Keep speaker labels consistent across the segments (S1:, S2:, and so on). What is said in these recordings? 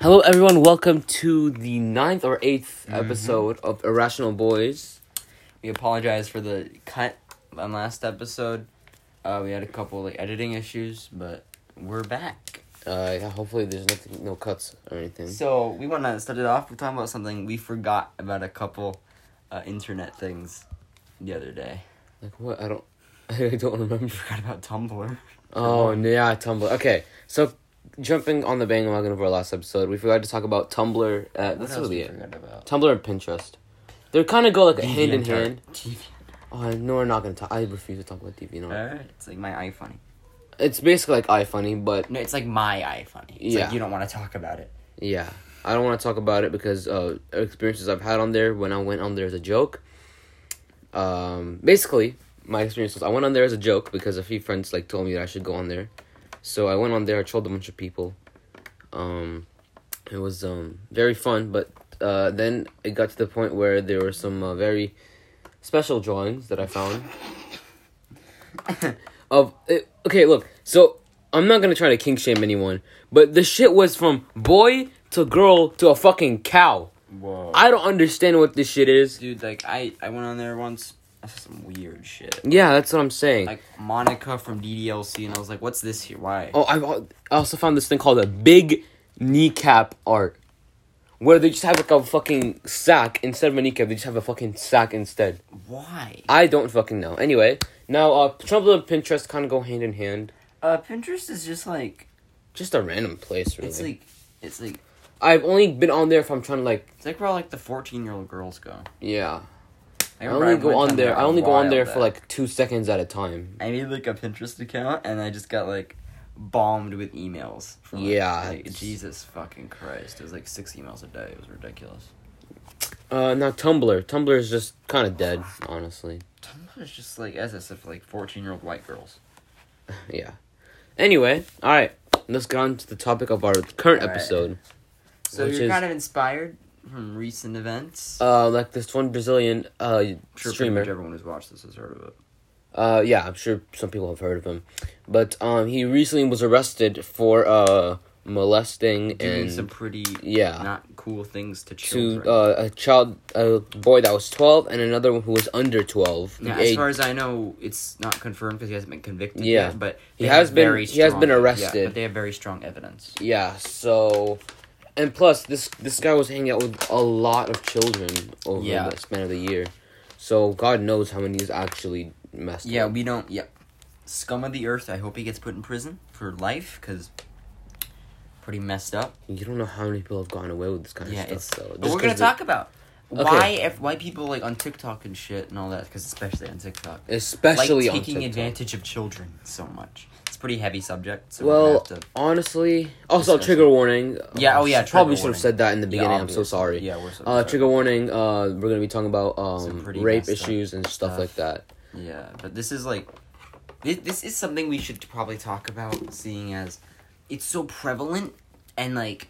S1: Hello, everyone. Welcome to the ninth or 8th episode of Irrational Boys. We apologize for the cut on last episode. Uh, we had a couple like editing issues, but we're back.
S2: Uh, yeah, hopefully there's nothing, no cuts or anything.
S1: So we want to start it off. We're talking about something we forgot about a couple uh, internet things the other day.
S2: like what? I don't, I don't remember.
S1: Forgot about Tumblr.
S2: Oh yeah, Tumblr. Okay, so jumping on the bandwagon of our last episode, we forgot to talk about Tumblr. Uh,
S1: What
S2: that's
S1: else
S2: really
S1: we
S2: it.
S1: forgot about?
S2: Tumblr and Pinterest. They kind of go like hand in
S1: DeviantArt.
S2: hand.
S1: Deviant-
S2: Oh no, we're not gonna talk. I refuse to talk about TV. No,
S1: Alright, It's like my iFunny.
S2: it's basically like iFunny, but
S1: No, it's like my iFunny. It's
S2: Yeah.
S1: like you don't want to talk about it.
S2: yeah, I don't want to talk about it because uh, experiences I've had on there when I went on there as a joke. Um, basically, my experience was I went on there as a joke because a few friends like told me that I should go on there, so I went on there. I trolled a bunch of people. Um, it was um very fun, but uh, then it got to the point where there were some uh, very special drawings that I found. of it, okay, look. So I'm not gonna try to kink shame anyone, but the shit was from boy to girl to a fucking cow.
S1: Whoa.
S2: I don't understand what this shit is.
S1: Dude, like I, I went on there once. I saw some weird shit.
S2: Yeah, that's what I'm saying.
S1: Like Monica from DDLC, and I was like, "What's this here? Why?"
S2: Oh, I've al- I also found this thing called a big kneecap art, where they just have like a fucking sack instead of a kneecap. They just have a fucking sack instead.
S1: Why?
S2: I don't fucking know. Anyway, now uh, Tumblr and Pinterest kind of go hand in hand.
S1: Uh, Pinterest is just like
S2: Just a random place, really.
S1: it's like it's like
S2: I've only been on there if I'm trying to like,
S1: it's like where all like the fourteen year old girls go.
S2: yeah.
S1: I,
S2: I
S1: remember
S2: only
S1: I
S2: go
S1: went
S2: on there. I
S1: a
S2: only go on
S1: while
S2: there for
S1: back.
S2: like two seconds at a time.
S1: I made like a Pinterest account, and I just got like bombed with emails. From, like-
S2: Yeah,
S1: like,
S2: it's-
S1: Jesus fucking Christ! It was like six emails a day. It was ridiculous.
S2: Uh, now Tumblr. Tumblr is just kind of dead, honestly.
S1: Tumblr is just like as I said, for like fourteen year old white girls.
S2: Yeah. Anyway, all right. Let's get on to the topic of our current
S1: All right.
S2: episode.
S1: So
S2: Which
S1: you're
S2: is-
S1: kind of inspired from recent events.
S2: Uh, like this one Brazilian uh
S1: I'm sure pretty much
S2: streamer.
S1: everyone who's watched this has heard of it.
S2: Uh, yeah, I'm sure some people have heard of him, but um, he recently was arrested for uh molesting
S1: Doing
S2: and
S1: some pretty
S2: yeah.
S1: not cool things to
S2: to
S1: children.
S2: uh, a child, a boy that was twelve, and another one who was under twelve.
S1: now,
S2: The
S1: as
S2: age-
S1: far as I know, it's not confirmed because he hasn't been convicted
S2: Yeah.
S1: yet. But
S2: He
S1: they
S2: has
S1: have
S2: been-
S1: very
S2: he has been
S1: strong- yeah,
S2: arrested.
S1: but they have very strong evidence.
S2: yeah, so, and plus this this guy was hanging out with a lot of children over
S1: Yeah.
S2: the span of the year, so God knows how many he's actually messed.
S1: Yeah,
S2: with.
S1: we don't. Yep. Scum of the earth. I hope he gets put in prison for life because pretty messed up.
S2: you don't know how many people have gotten away with this kind
S1: yeah,
S2: of
S1: it's.
S2: stuff. though.
S1: but
S2: Just
S1: we're gonna
S2: 'cause
S1: talk about
S2: Okay.
S1: why if why people like on TikTok and shit and all that because especially on TikTok.
S2: the- especially
S1: like taking
S2: on TikTok.
S1: advantage of children so much. It's a pretty heavy subject. So we're
S2: Well,
S1: gonna have to,
S2: honestly, also
S1: discuss
S2: trigger
S1: it.
S2: warning.
S1: Yeah, oh yeah,
S2: Should- probably should
S1: trigger
S2: have
S1: warning.
S2: said that in the beginning. I'm so
S1: obviously.
S2: sorry.
S1: Yeah, we're so
S2: Uh,
S1: sorry.
S2: trigger warning. Uh, we're gonna be talking about um
S1: pretty
S2: rape
S1: messed up
S2: issues and stuff
S1: stuff.
S2: like that.
S1: Yeah, but this is like, this, this is something we should probably talk about, seeing as it's so prevalent and like,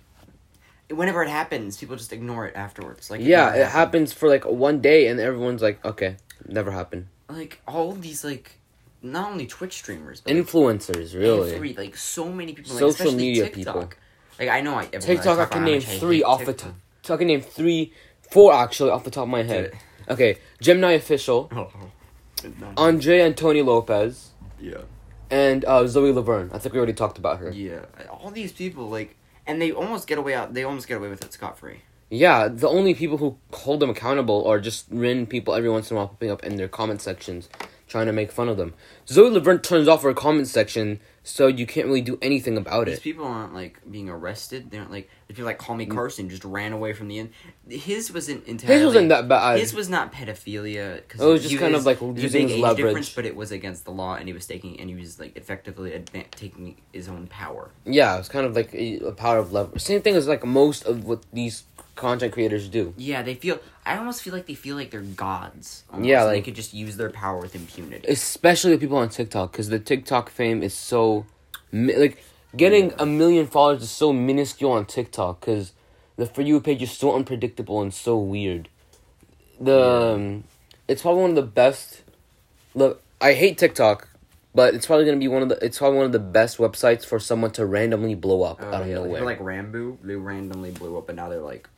S1: whenever it happens, people just ignore it afterwards. Like
S2: Yeah, it
S1: happened.
S2: happens for like one day, and everyone's like, "Okay, never happened."
S1: Like all of these like, not only Twitch streamers, but like,
S2: Influencers, really.
S1: every- like so many people, like,
S2: Social
S1: especially
S2: media
S1: TikTok.
S2: people.
S1: Like I know I everyone I
S2: TikTok, I
S1: talk about
S2: can
S1: how
S2: name
S1: much I
S2: three
S1: hate
S2: off the
S1: TikTok.
S2: top. I can name three, four actually off the top of my head.
S1: it.
S2: Okay, Gemini official, Andre Antoni Lopez,
S1: yeah.
S2: and uh, Zoe Laverne. I think we already talked about her.
S1: Yeah, all these people like, and they almost get away out. They almost get away with it scot free.
S2: Yeah, the only people who hold them accountable are just random people every once in a while popping up in their comment sections trying to make fun of them. Zoe Laverne turns off her comment section, so you can't really do anything about
S1: These
S2: it. Mm.
S1: people aren't like being arrested. They aren't like the people like call me Carson just ran away from the end. His wasn't entirely.
S2: His wasn't that bad.
S1: His was not pedophilia. Cause
S2: It was just
S1: he
S2: kind of, like,
S1: there's a
S2: using
S1: big
S2: his
S1: age
S2: leverage.
S1: difference, but it was against the law, and he was taking and he was like effectively advan taking his own power.
S2: yeah, it's kind of like a, a power of love. Same thing as like most of what these content creators do.
S1: Yeah, they feel. I almost feel like they feel like they're gods. Almost.
S2: Yeah,
S1: and they
S2: like-
S1: could just use their power with impunity.
S2: Especially the people on TikTok, because the TikTok fame is so. mi- Like, getting a million followers is so minuscule on TikTok, because the For You page is so unpredictable and so weird. The. um, it's probably one of the best. Look, I hate TikTok But it's probably gonna be one of the it's probably one of the best websites for someone to randomly blow up out of
S1: Oh, yeah,
S2: nowhere.
S1: Like, like Rambo, they randomly blew up, and now they're like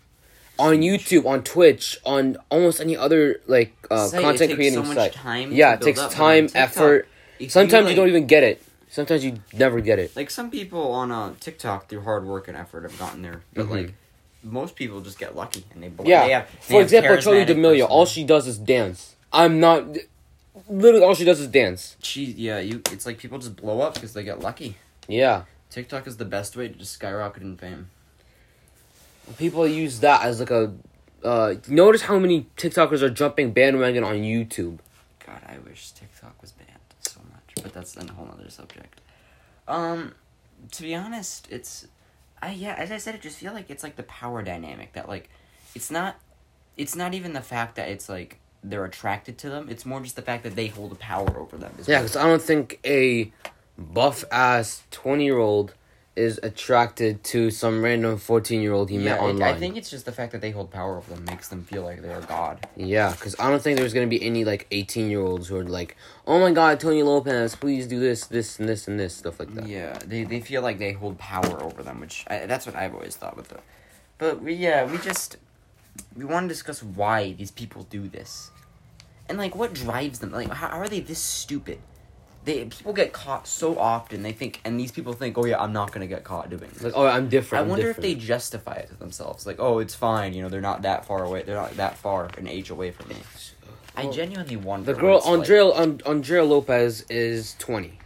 S2: on YouTube, on Twitch, on almost any other like uh,
S1: Site, it
S2: content
S1: takes
S2: creating
S1: so much
S2: site.
S1: time
S2: yeah,
S1: to
S2: it
S1: build
S2: takes
S1: up, and on
S2: time,
S1: TikTok,
S2: effort.
S1: if
S2: Sometimes you,
S1: like-
S2: don't even get it. Sometimes you never get it.
S1: like some people on uh, TikTok through hard work and effort have gotten there, but
S2: Mhm.
S1: like most people just get lucky and they blow.
S2: Yeah.
S1: they have, they
S2: For
S1: have
S2: example, Charli
S1: charismatic
S2: D'Amelio, all
S1: personality.
S2: she does is dance. I'm not. Literally, all she does is dance.
S1: she yeah you it's like people just blow up because they get lucky.
S2: Yeah.
S1: TikTok is the best way to just skyrocket in fame.
S2: People use that as like a. Uh, notice how many TikTokers are jumping bandwagon on YouTube.
S1: God, I wish TikTok was banned so much, but that's a whole other subject. Um, to be honest, it's, I yeah, as I said, I just feel like it's like the power dynamic that like, it's not, it's not even the fact that it's like they're attracted to them. It's more just the fact that they hold the power over them. is
S2: Yeah,
S1: what-
S2: because I don't think a buff ass 20 year old is attracted to some random 14 year old he
S1: yeah.
S2: met
S1: it-
S2: online.
S1: I think it's just the fact that they hold power over them makes them feel like they're a god.
S2: Yeah, because I don't think there's gonna be any like eighteen year olds who are like, "Oh my God, Tony Lopez, please do this, this, and this, and this stuff like that."
S1: Yeah, they they feel like they hold power over them, which I, that's what I've always thought with them. But we, yeah, we just we want to discuss why these people do this, and like what drives them. Like, how, how are they this stupid? They people get caught so often. They think, and these people think, oh yeah, I'm not gonna get caught doing
S2: Like,
S1: this.
S2: oh, I'm
S1: I
S2: different. I'm
S1: wonder if they
S2: different."
S1: justify it to themselves, like, oh, it's fine. You know, they're not that far away. They're not that far an age away from me. I
S2: Well,
S1: genuinely
S2: The
S1: wonder. what
S2: girl
S1: it's like.
S2: Andrea um, Andrea Lopez is twenty.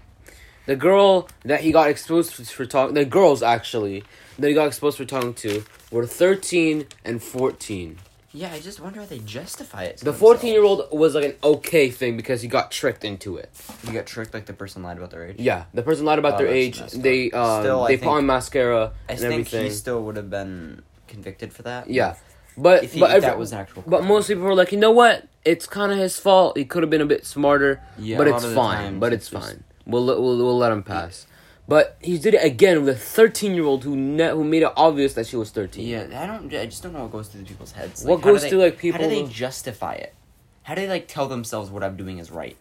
S2: The girl that he got exposed f- for talking, the girls actually that he got exposed for talking to were thirteen and fourteen.
S1: Yeah, I just wonder how they justify it. to
S2: The fourteen
S1: themselves.
S2: year old was like an okay thing because he got tricked into it.
S1: You got tricked like the person lied about their age.
S2: Yeah, the person lied about
S1: Oh,
S2: their
S1: that's
S2: age.
S1: messed up.
S2: They um,
S1: Still, I
S2: they
S1: think-
S2: put on mascara
S1: I
S2: and
S1: think
S2: everything.
S1: he still would have been convicted for that.
S2: Yeah, but
S1: If, he,
S2: but
S1: if
S2: every-
S1: that was an actual.
S2: But
S1: crime.
S2: most people were like, you know what? It's kind of his fault. He could have been a bit smarter,
S1: Yeah,
S2: but
S1: a lot
S2: it's
S1: of the
S2: fine.
S1: times
S2: But
S1: it's
S2: it's
S1: just-
S2: fine. We'll, let- we'll we'll let him pass. But he did it again with a thirteen-year-old who ne- who made it obvious that she was thirteen.
S1: Yeah, I don't. I just don't know what goes through the people's heads.
S2: What
S1: how do
S2: goes through, like,
S1: How do they
S2: people-
S1: justify it? How do they like tell themselves what I'm doing is right?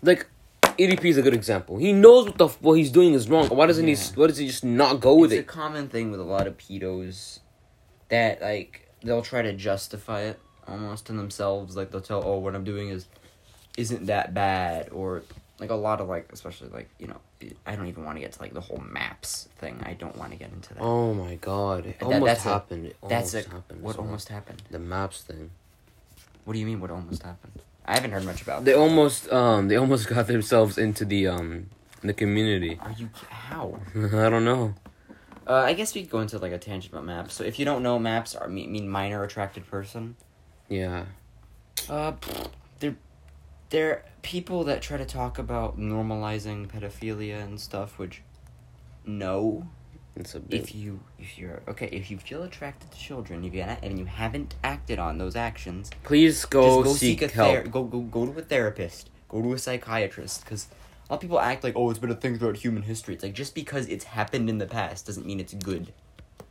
S2: like EDP is a good example. He knows what the f- what he's doing is wrong. Why doesn't he? s-
S1: Yeah.
S2: Why does he just not go with
S1: it's a
S2: it?
S1: common thing with a lot of pedos that like they'll try to justify it almost in themselves. Like they'll tell, oh, what I'm doing is isn't that bad, or like a lot of like, especially like you know, I don't even want to get to like the whole maps thing. I don't want to get into that.
S2: Oh my god! It
S1: That-
S2: almost
S1: that's a-
S2: happened. It almost
S1: That's it.
S2: happened.
S1: What
S2: as well.
S1: almost Oh, happened?
S2: the maps thing?
S1: What do you mean? What almost happened? I haven't heard much about.
S2: They
S1: that.
S2: almost um they almost got themselves into the um the community.
S1: Are you how?
S2: I don't know.
S1: Uh, I guess we could go into like a tangent about maps. So if you don't know, maps are mean, mean minor attracted person.
S2: Yeah.
S1: Uh, pfft, they're they're people that try to talk about normalizing pedophilia and stuff. Which, no,
S2: It's a bit.
S1: if you if you're okay, if you feel attracted to children, if you and you haven't acted on those actions,
S2: Please go,
S1: just go
S2: seek,
S1: seek, a
S2: help.
S1: ther- go go go to a therapist. Go to a psychiatrist because a lot of people act like oh it's been a thing throughout human history. It's like just because it's happened in the past doesn't mean it's good.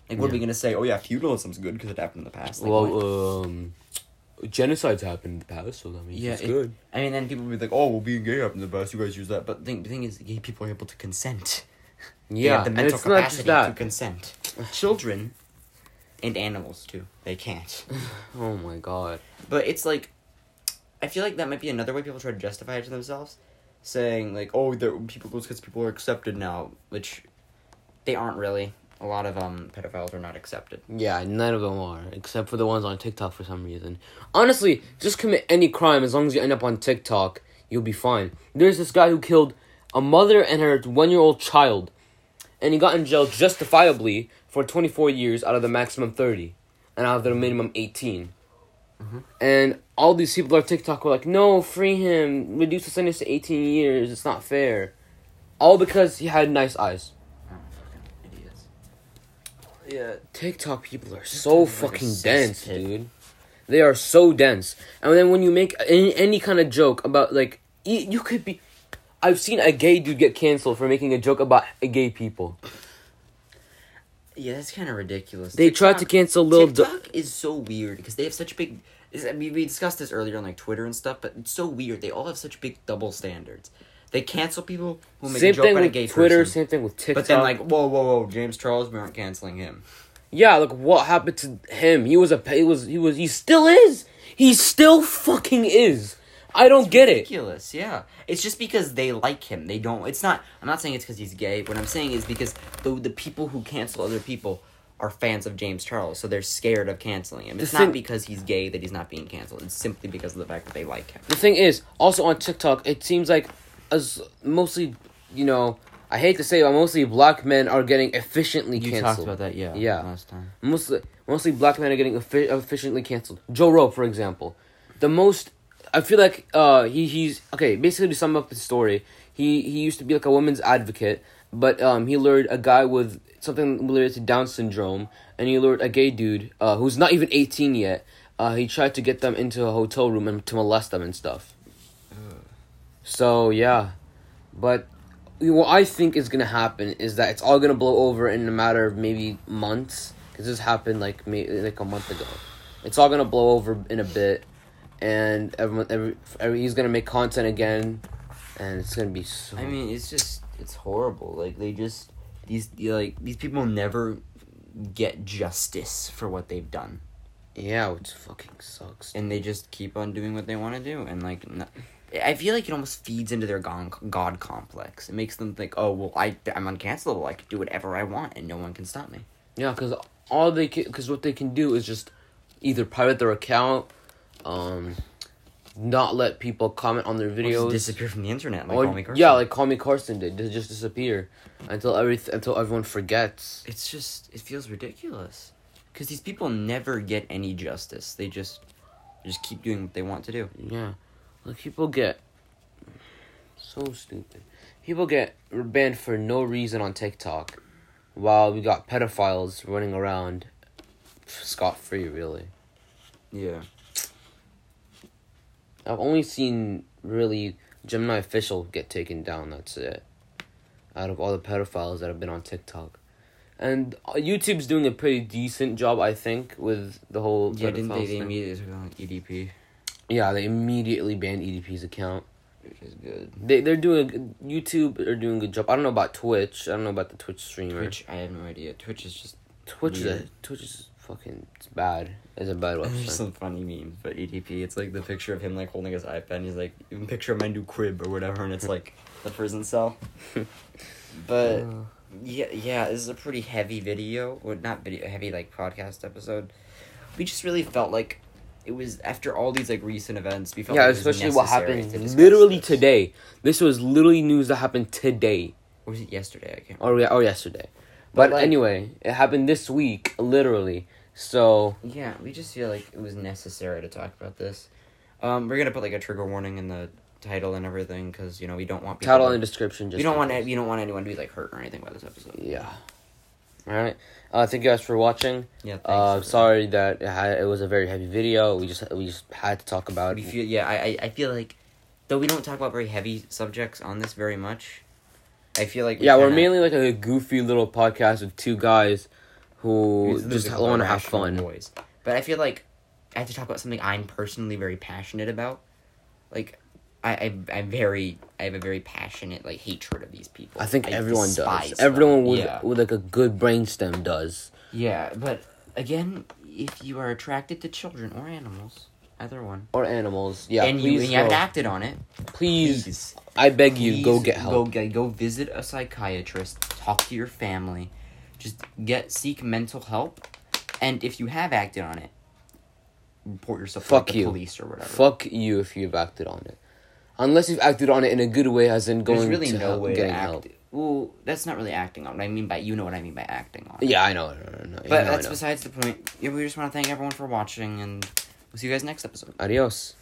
S1: Like what are we
S2: Yeah.
S1: gonna say? Oh yeah, feudalism's good because it happened in the past. Like, what?
S2: well, um, genocides happened in the past, so that means
S1: yeah,
S2: it's
S1: it-
S2: good.
S1: I mean, then people will be like, oh well, being gay happened in the past. You guys use that, but the thing, the thing is, gay people are able to consent. They
S2: Yeah,
S1: have the
S2: and
S1: mental
S2: it's not just
S1: capacity to
S2: that.
S1: consent. Children and animals too. They can't.
S2: Oh my god.
S1: But it's like, I feel like that might be another way people try to justify it to themselves, saying like, "Oh, there people those kids people are accepted now," which they aren't really. A lot of um pedophiles are not accepted.
S2: Yeah, none of them are, except for the ones on TikTok for some reason. Honestly, just commit any crime as long as you end up on TikTok, you'll be fine. There's this guy who killed a mother and her one year old child, and he got in jail justifiably for 24 years out of the maximum 30, and out of the minimum 18. And all these people on TikTok were like, no, free him, reduce the sentence to 18 years, it's not fair. All because he had nice eyes.
S1: Oh, fucking idiots. Yeah.
S2: TikTok people are so
S1: is like a
S2: fucking
S1: cesspit.
S2: dense, dude. They are so dense. And then when you make any, any kind of joke about like y- you could be I've seen a gay dude get canceled for making a joke about gay people.
S1: Yeah, that's kind of ridiculous.
S2: They tried to cancel Lil Du-
S1: TikTok is so weird because they have such big. is- I mean, we discussed this earlier on like Twitter and stuff, but it's so weird. They all have such big double standards. They cancel people who make
S2: same
S1: a joke
S2: thing
S1: about a
S2: with
S1: gay
S2: Twitter.
S1: person.
S2: Same thing with TikTok.
S1: But then, like, whoa, whoa, whoa, James Charles, we aren't canceling him.
S2: yeah, like what happened to him? He was a he was he was he still is. He still fucking is. I don't get it.
S1: Ridiculous, yeah. It's just because they like him. They don't. It's not. I'm not saying it's because he's gay. What I'm saying is because the the people who cancel other people are fans of James Charles, so they're scared of canceling him. It's
S2: thing-
S1: not because he's gay that he's not being canceled. It's simply because of the fact that they like him.
S2: The thing is, also on TikTok, it seems like as mostly, you know, I hate to say, it, but mostly black men are getting efficiently canceled.
S1: that, yeah.
S2: Yeah.
S1: Last time.
S2: mostly mostly black men are getting effi- efficiently canceled. Joe Rogan, for example, the most I feel like uh he he's okay. Basically, to sum up the story, he he used to be like a woman's advocate, but um he lured a guy with something related to Down syndrome, and he lured a gay dude uh who's not even eighteen yet. Uh, he tried to get them into a hotel room and to molest them and stuff. So yeah, but you know, what I think is gonna happen is that it's all gonna blow over in a matter of maybe months because this happened like may like a month ago. It's all gonna blow over in a bit, and everyone every, every he's gonna make content again, and it's gonna be so.
S1: I mean, it's just it's horrible. Like they just these like these people never get justice for what they've done.
S2: yeah, which fucking sucks.
S1: and they just keep on doing what they want to do and like n I i feel like it almost feeds into their god, god complex it makes them think oh well I, i'm uncancelable i can do whatever i want and no one can stop me
S2: Yeah, because all they because what they can do is just either pirate their account, um, not let people comment on their
S1: Or just
S2: videos.
S1: disappear from the internet like
S2: Or-
S1: Call Me Carson.
S2: Yeah, like Call Me Carson did. They just disappear until every until everyone forgets.
S1: it's just it feels ridiculous because these people never get any justice they just they just keep doing what they want to do
S2: Yeah, like people get so stupid. People get banned for no reason on TikTok, while we got pedophiles running around scot free. Really,
S1: yeah
S2: I've only seen really Gemini official get taken down. That's it. Out of all the pedophiles that have been on TikTok. And uh, YouTube's doing a pretty decent job, I think, with the whole.
S1: yeah didn't
S2: pedophile
S1: they, they
S2: thing.
S1: immediately took on edp
S2: Yeah, they immediately banned EDP's account.
S1: which is good
S2: They they're doing a, good- YouTube are doing a good job. I don't know about Twitch. I don't know about the Twitch streamer. Twitch,
S1: twitch i have no idea twitch is just
S2: is a,
S1: Weird.
S2: Twitch is fucking it's bad. It's a bad
S1: There's
S2: website.
S1: some funny memes, but EDP, it's like the picture of him like holding his iPad. And he's like, even picture of my new crib or whatever, and it's like the prison cell. But
S2: Uh,
S1: yeah, yeah, this is a pretty heavy video. Well, not video, heavy like podcast episode. We just really felt like it was after all these like recent events. We felt
S2: yeah,
S1: like it was
S2: especially what
S1: necessary
S2: happened
S1: to discuss
S2: literally
S1: this.
S2: today. This was literally news that happened today
S1: Or was it yesterday? I can't.
S2: or yeah, or yesterday. But,
S1: But, like-
S2: anyway, it happened this week literally. So
S1: Yeah, we just feel like it was necessary to talk about this. Um, we're gonna put like a trigger warning in the title and everything because you know we don't want people
S2: title
S1: to-
S2: and description. Just
S1: you don't
S2: in
S1: want
S2: case.
S1: you don't want anyone to be like hurt or anything by this episode.
S2: Yeah. All right. Uh, thank you guys for watching.
S1: Yeah, thanks.
S2: Uh, sorry that it, had, it was a very heavy video. We just we just had to talk about.
S1: We feel yeah. I I- I feel like though we don't talk about very heavy subjects on this very much. I feel like we
S2: yeah, we're
S1: kinda-
S2: mainly like a goofy little podcast of two guys who
S1: It's
S2: just
S1: literally
S2: want to have
S1: irrational
S2: fun.
S1: Noise. But I feel like I have to talk about something I'm personally very passionate about. Like I I I'm very I have a very passionate like hatred of these people.
S2: I think everyone
S1: despise
S2: does.
S1: them.
S2: Everyone with
S1: yeah.
S2: with like a good brainstem does.
S1: yeah, but again, if you are attracted to children or animals, either one,
S2: Or animals. Yeah,
S1: and you,
S2: please,
S1: and you haven't
S2: go-
S1: acted on it,
S2: please, I beg you, go
S1: Please
S2: get help.
S1: Go, go visit a psychiatrist. Talk to your family. Just get seek mental help. And if you have acted on it, report yourself
S2: Fuck
S1: to like, the
S2: you.
S1: police or whatever.
S2: Fuck you if you've acted on it. Unless you've acted on it in a good way, as in going
S1: There's really
S2: to
S1: no
S2: help,
S1: way to
S2: getting
S1: act.
S2: help.
S1: Well, that's not really acting on. it. I mean by you know what I mean by acting on. it.
S2: Yeah, I know. I know, I know, I
S1: But
S2: know, I
S1: that's
S2: know.
S1: besides the point. Yeah, we just want to thank everyone for watching, and we'll see you guys next episode.
S2: Adios.